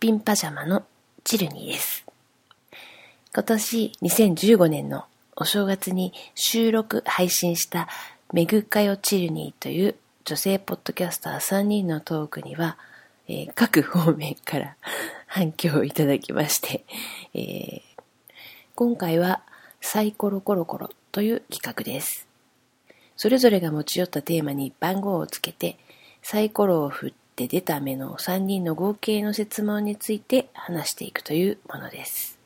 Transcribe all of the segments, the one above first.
品パジャマのチルニーです。今年2015年のお正月に収録配信したメグカヨチルニーという女性ポッドキャスター3人のトークには、えー、各方面から反響をいただきまして、えー、今回はサイコロコロコロという企画です。それぞれが持ち寄ったテーマに番号をつけて、サイコロを振って出た目の3人の合計の説問について話していくというものです。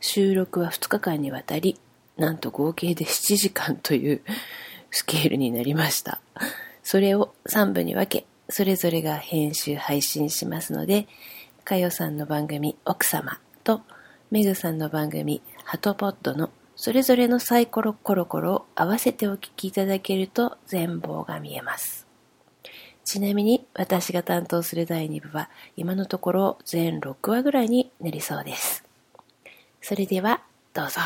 収録は2日間にわたり、なんと合計で7時間という スケールになりました。それを3部に分け、それぞれが編集配信しますので、かよさんの番組奥様と、メグさんの番組ハトポッドのそれぞれのサイコロコロコロを合わせてお聞きいただけると全貌が見えます。ちなみに私が担当する第2部は今のところ全6話ぐらいになりそうです。それではどうぞ。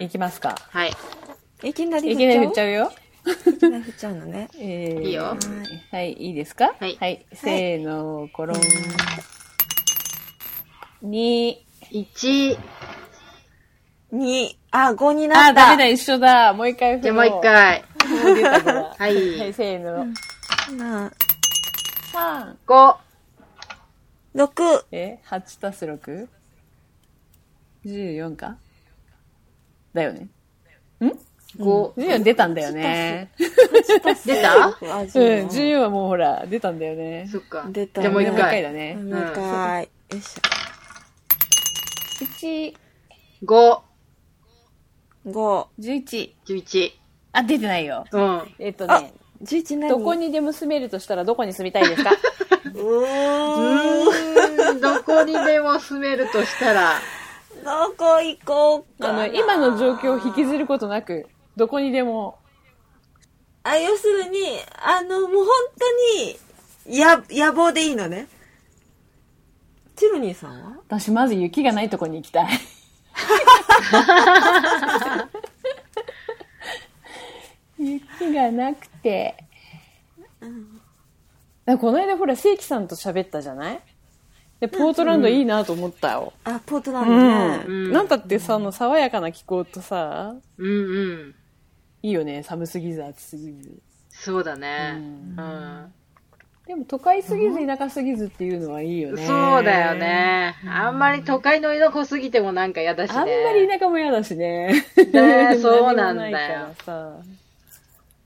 いきますか。はい。いきなりいきなり振っちゃうよ。いきなり振っちゃうのね。えー、いいよ。はい、いいですかはい。せーの、コロン。二、一、二、あ、五になあ、った。ダメだ、一緒だ。もう一回じゃあもう一回。もう出たからははいい、。せーの。なあ三、五、六、え、八足す六十四かだよね。五。十四出たんだよね。出たあ、う十ん、四十四はもうほら、出たんだよね。そっか。出たじゃあもう一もう一回回。だね。もう一回。よいし一、五、ょ。五、十一。十一。あ、出てないよ。うん。えっとあね、十一何どこにでも住めるとしたらどこに住みたい ですかうーん。どこにでも住めるとしたら、どこ行こうあかな。の、今の状況を引きずることなく、どこにでも。あ、要するに、あの、もう本当に、や、野望でいいのね。チルニーさんは私、まず雪がないとこに行き たい。雪がなくて。この間、ほら、正規さんと喋ったじゃないで、ポートランドいいなと思ったよ。あ、ポートランドね。うんなんだってさ、あの、爽やかな気候とさ、うんうん。いいよね。寒すぎず、暑すぎず。そうだね。ううんん。でも、都会すぎず、田舎すぎずっていうのはいいよね。そうだよ。ね。あんまり都会の色濃すぎてもなんか嫌だしね。あんまり田舎も嫌だしね。ねそうなんだよ何もないからさ。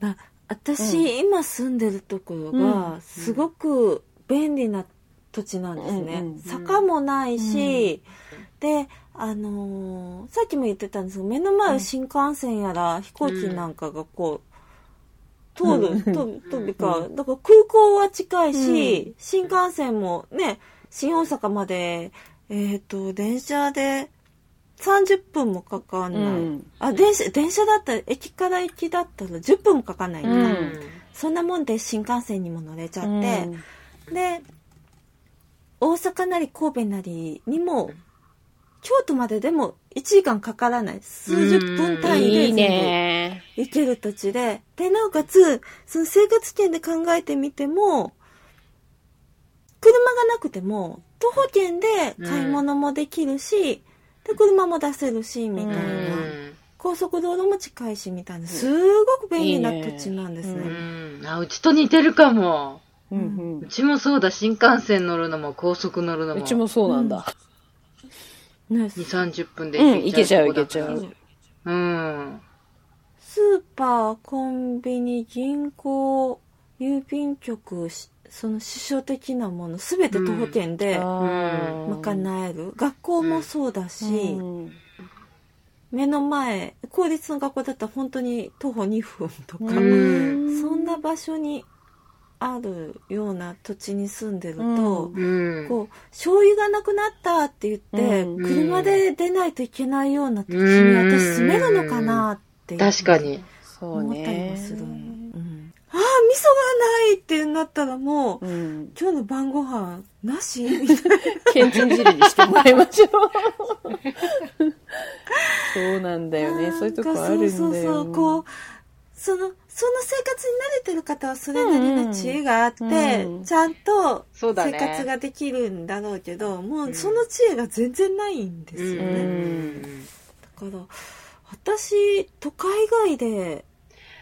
あ私、今住んでるところうが、すごく便利な土地なんですね。うんうんうん坂もないし、で、あのーさっきも言ってたんですけど、目の前を新幹線やら飛行機なんかがこう、通る、飛び飛びか、だから空港は近いし、新幹線もね、新大阪まで、えっ、と、電車で30分もかかんない。うんあ、電車、電車だったら、駅から駅だったら10分もかかんないのか、ううんん。そんなもんで新幹線にも乗れちゃうんって、で、大阪なり神戸なりにも、京都まででも1時間かからない。数十分単位いでい全ね。部行ける土地で、で、なおかつ、その生活圏で考えてみても、車がなくても、徒歩圏で買い物もできるし、で、車も出せるし、みたいな。うん高速道路も近いしみたいなすごく便利な土地なんですねいいねうん。あ、うちと似てるかも。うんうちもそうだ、新幹線乗るのも高速乗るのうん。うも。ちもそうなんだ。ね2、30分でうん、いけちゃう、いけちゃうとこう。だから。うん。スーパーコンビニ銀行郵便局しその支障的なもの全て徒歩圏でーい。賄える、学校もそうだし、うん目の前公立の学校だったら本当に徒歩2分とか、ううんそんな場所にあるような土地に住んでると、うんうん。こう醤油がなくなったって言って、うん車で出ないといけないような土地に私住めるのかなって確かに。そう思ったりねもする、うんああ味味噌がないってなったらもう、うん。今日の晩ご飯なしみたいな。けんちん汁にしてもらいましょう。そうなんだよね。そういうとこあるんだよ。そうそうそう、こう、その、その生活に慣れてる方はそれなりの知恵があって、うんうんちゃんとそ生うだね活ができるんだろうけど、もううんその知恵が全然ないんですよね。うんだから、私、都会以外で、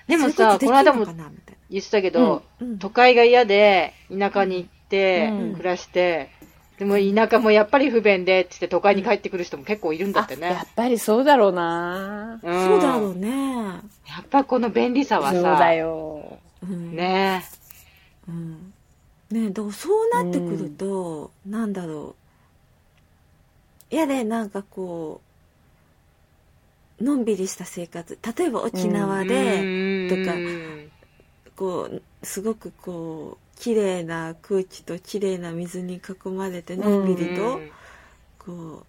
でも生さ、活でこきの間るものかなみたい言ってたけど、な。うん都会が嫌で、田舎に行ってうん、暮らして、でも田舎もやっぱり不便で、つって都会に帰ってくる人も結構いるんだってやねっ。ぱりそうだろうな。うんそうだろうね。やっぱこの便利さはそうださ、よ。うんねうんねえだからそうなってくると、なんだろうやれなんかこうのんびりした生活例えば沖縄で、え。とかうんこうすごくこう綺麗な空気と綺麗な水に囲まれてのんびりと、こ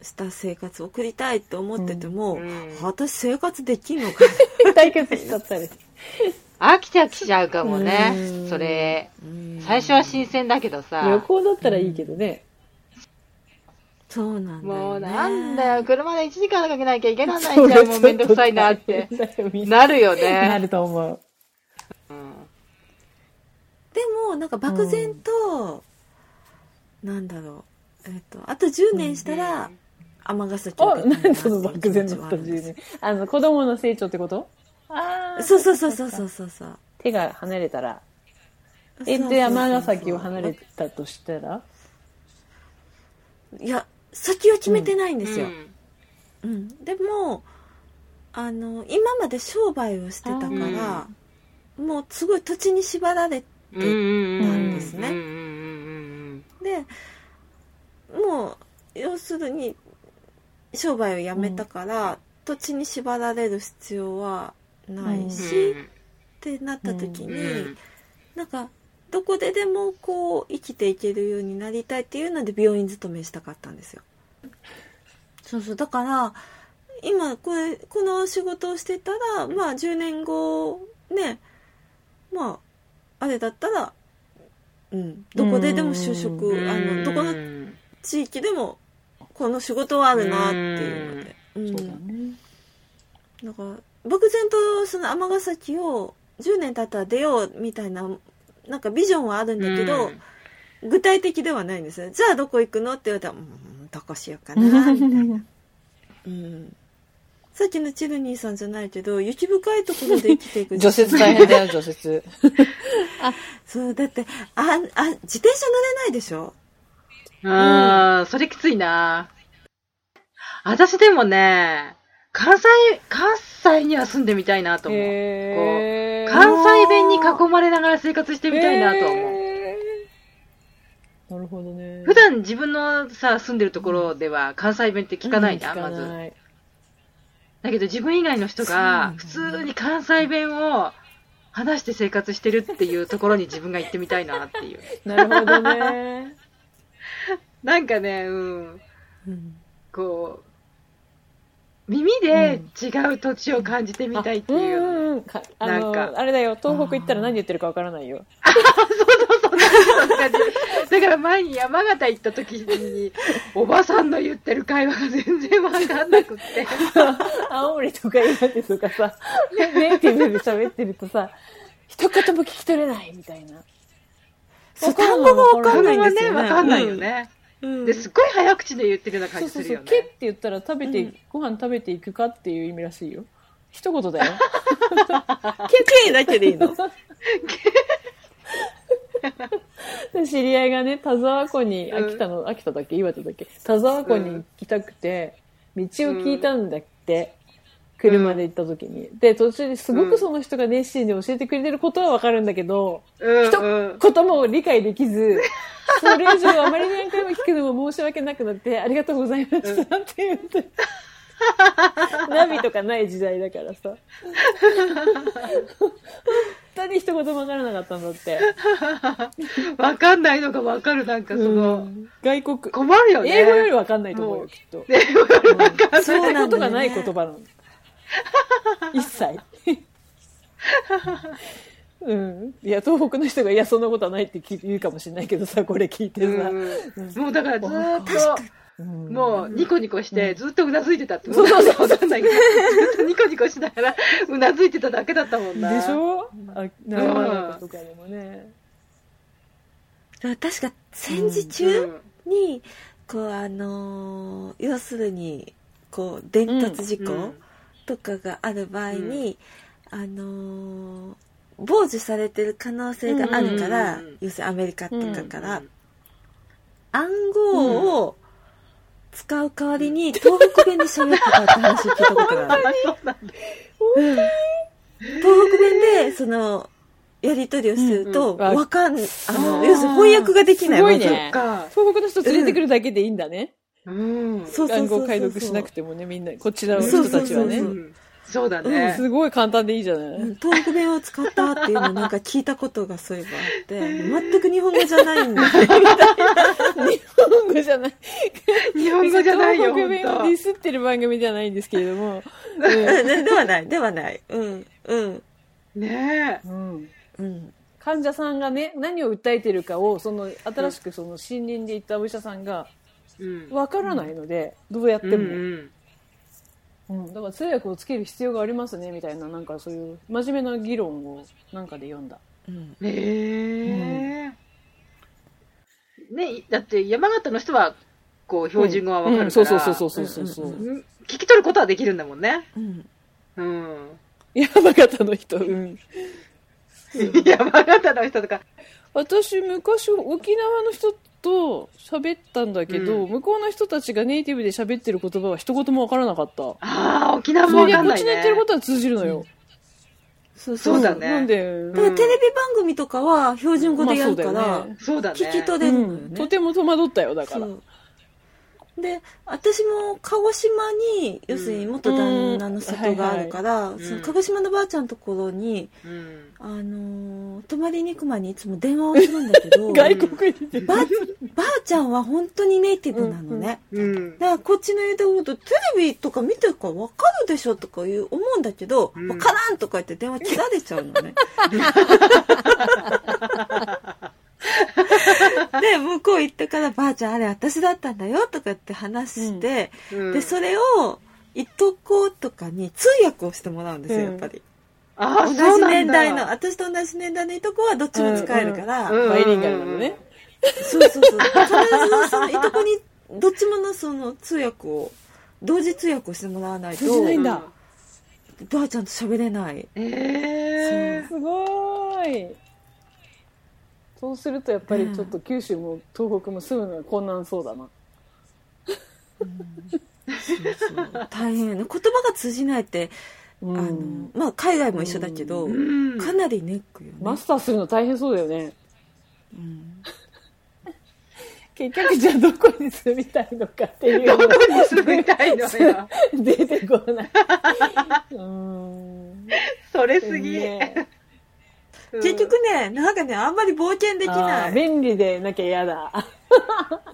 うした生活を送りたいと思ってても、うん私生活できんのかな、対決しちゃった り。飽きてきちゃうかもうねん。それ、うん最初は新鮮だけど旅さ、行だったらいいけどね。そうなんだよ、ね、もうなんだよ、車で1時間かけなきゃいけないじゃん、もうめんどくさいなって。なるよなね。ると思う。うんでもなんか漠然と、なんだろう、えっと、あと10年したら尼崎お、を建なてんたいなってでそいのう漠然だ気持ちったはあるんです10年。あの、子供の成長ってことああ。そうそうそうそうそうそうそう手が離れたら。え、で、尼崎を離れたとしたらいや先を決めてないんですよ、うんうんでもあの今まで商売をしてたから、もうすごい土地に縛られてなんですねうんうんうんもう要するに商売をやめたから、土地に縛られる必要はないうんし、ってなった時に、うんなんかどこででもこう生きていけるようになりたいっていうので病院勤めしたかったんですよそうそうだから今これこの仕事をしてたらまあ10年後ねまああれだったらうんどこででも就職うんあのどこの地域でもこの仕事はあるなっていうので、うんそうだね。なんか漠然とその尼崎を10年経ったら出ようみたいななんかビジョンはあるんだけど、具体的ではないんですよじゃあどこ行くのって言われたら「うんどこしようかな」みたいな、うん、さっきのチルニーさんじゃないけど雪深いところで生きていく除雪大変だよ、除雪。 そうだってああ自転車乗れないでしょうんあーそれきついな私でもね関西関西には住んでみたいなと思うへー関西弁に囲まれながら生活してみたいなとは思うへーなるほどね。普段自分のさ住んでるところでは関西弁って聞かないじゃん、うんま聞かずないだけど自分以外の人が普そうなんだ通に関西弁を話して生活してるっていうところに自分が行ってみたいなっていうなるほ どね。なんかねうんうんこう、耳で違う土地を感じてみたいっていう。んんんかあのなんかあれだよ、東北行ったら何言ってるかわからないよ。感じだから前に山形行った時に、おばさんの言ってる会話が全然わかんなくって。青森とか岩手とかさ、ネイティブで喋ってるとさ、一言も聞き取れないみたいな。そう単語がわかんないんですよねわかんないよね。うんで、すっごい早口で言ってるようなそ感うじそすうるそう。よけっねて。言ったら食べて、うんご飯食べていくかっていう意味らしいよ。一言 だよ。 KK だけでいい ので知り合いがね、田沢湖に、秋田の、秋田だっけ岩手だっけ田沢湖に行きたくて、道を聞いたんだって、車で行った時に。で、途中ですごくその人が熱心に教えてくれてることはわかるんだけど、うんうん。ことも理解で きず、それ以上あまり何回も聞くのも申し訳なくなって、ありがとうございましたって 言って。ナビとかない時代だからさ。本当に一言もわからなかったんだって。わかんないのがわかる、なんかその、外国、困るよね。英語よりわかんないと思うもよ、うきっと。そうこなんだと よがないね言葉なの。一切。 うん。いや、東北の人が、いや、そんなことはないって聞い言うかもしれないけどさ、これ聞いてさ。うんもうだからずーっうんと、もうニコニコして、ずっとうなずいてたって、そうそうわかんないけど、ずっとニコニコしながら、うなずいてただけだったもんな。でしょあ、長野とかでもね。確か戦時う中んに、こうあのー要するにこう伝達事う故んとかがある場合に、あのー傍受されてる可能性があるかうら、んうんうん要するにアメリカとかから、うん暗号を使う代わりに東北弁で喋ってたって話を聞いたこと がある。あそうなんだ東北弁でそのやり取りをすると、うんうんわかん、ああの、ー要するに翻訳ができないすごいまずねか。東北の人連れてくるだけでいいんだね。うん。そうそうそう暗そう号解読しなくてもね、みんな、こちらのそう人そうたそうちはねう。んそうだね。すごい簡単でいいじゃなうんい。東北弁を使ったっていうのをなんか聞いたことがそういえばあって、全く日本語じゃないんだよ。日本語じゃない。日本語じゃないよ、東北本弁を当ディスってる番組じゃないんですけれども。うんでではない、ではない。うん、うん、ねえ。うん。うん。患者さんがね、何を訴えてるかを、その、新しくその、森林で行ったお医者さんが、うんわからないので、どうやっても。うんうん、だから通訳をつける必要がありますねみたいななんかそういう真面目な議論をなんかで読んだうんうん。ねえ。ねいだって山形の人は、こう、標準語はわかるから、うんそうそうそうそうそうそう、うんうんうん聞き取ることはできるんだもんね。うんうん。 山形の人、うん、山形の人とか。私昔沖縄の人と喋ったんだけど、うん向こうの人たちがネイティブで喋ってる言葉は一言もわからなかったああ、沖縄そもわれでかこんっなちいの言ねってる。ことは通じるのよ、そうそうんだねなんで、だからテレビ番組とかは標準語でやるから、まあそうだよねそうだね。聞き取うれるのよね。ん、とても戸惑ったよだからそうで私も鹿児島に要するに元旦那の里があるから、いはいそのうん鹿児島のばあちゃんのところに、うん。あのー泊まりに行く前にいつも電話をするんだけ どば外国にばあちゃんは本当にネイティブなのね、うん。だからこっちの言うたことテレビとか見てるから分かるでしょとかいう思うんだけど、うん分からんとか言って電話切られちゃうの ね。で向こう行ってから「ばあちゃんあれ私だったんだよ」とか言って話して、うんでそれをいとことかに通訳をしてもらうんですようんやっぱり、ああ、そ同うじなん年だ代の私と同じ年代のいとこはどっちも使えるから、うんバイリンガルなのね、そうそうそう。必ずそのいとこに、どっちものその通訳を、同時通訳をしてもらわないと通、じないんだうんばあちゃんと喋れない。ええ。すごーいそうするとやっぱりちょっと九州も東北も住むのが困難そうだな、大変。言葉が通じないって、うあの、まあ海外も一緒だけど、うんかなりネックよね。マスターするの大変そうだよねうん結局じゃあどこに住みたいのかっていうどのこがに住みたいのよ。 出てこないうーんそれすぎ。ねうん結局ね、なんかね、あんまり冒険できあなーい。便利でなきゃ嫌だ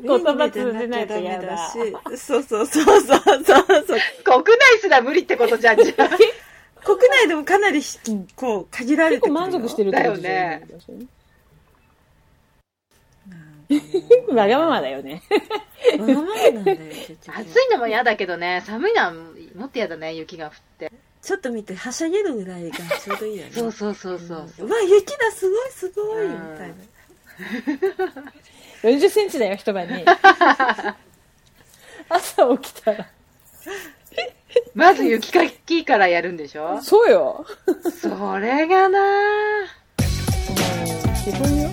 言葉通じないと便利でなきゃ嫌だダメだし。そうそうそうそうそうそう。国内すら無理ってことじゃん、じゃあ国内でもかなりひうん、こう、限られ結てくる構よ満足してるってことだよねわがままだよねわがままなんだよ、結局暑いのも嫌だけどね、寒いのはもっと嫌だね、雪が降って。ちょっと見て、はしゃげるぐらいがちょうどいいよね。そうそうそうそう。うわ、雪だ、すごい、すごい、みうんたいな。 4 0ンチだよ一晩に 朝起きたらまず雪かきからやるんでしょそうよそれがな基本よ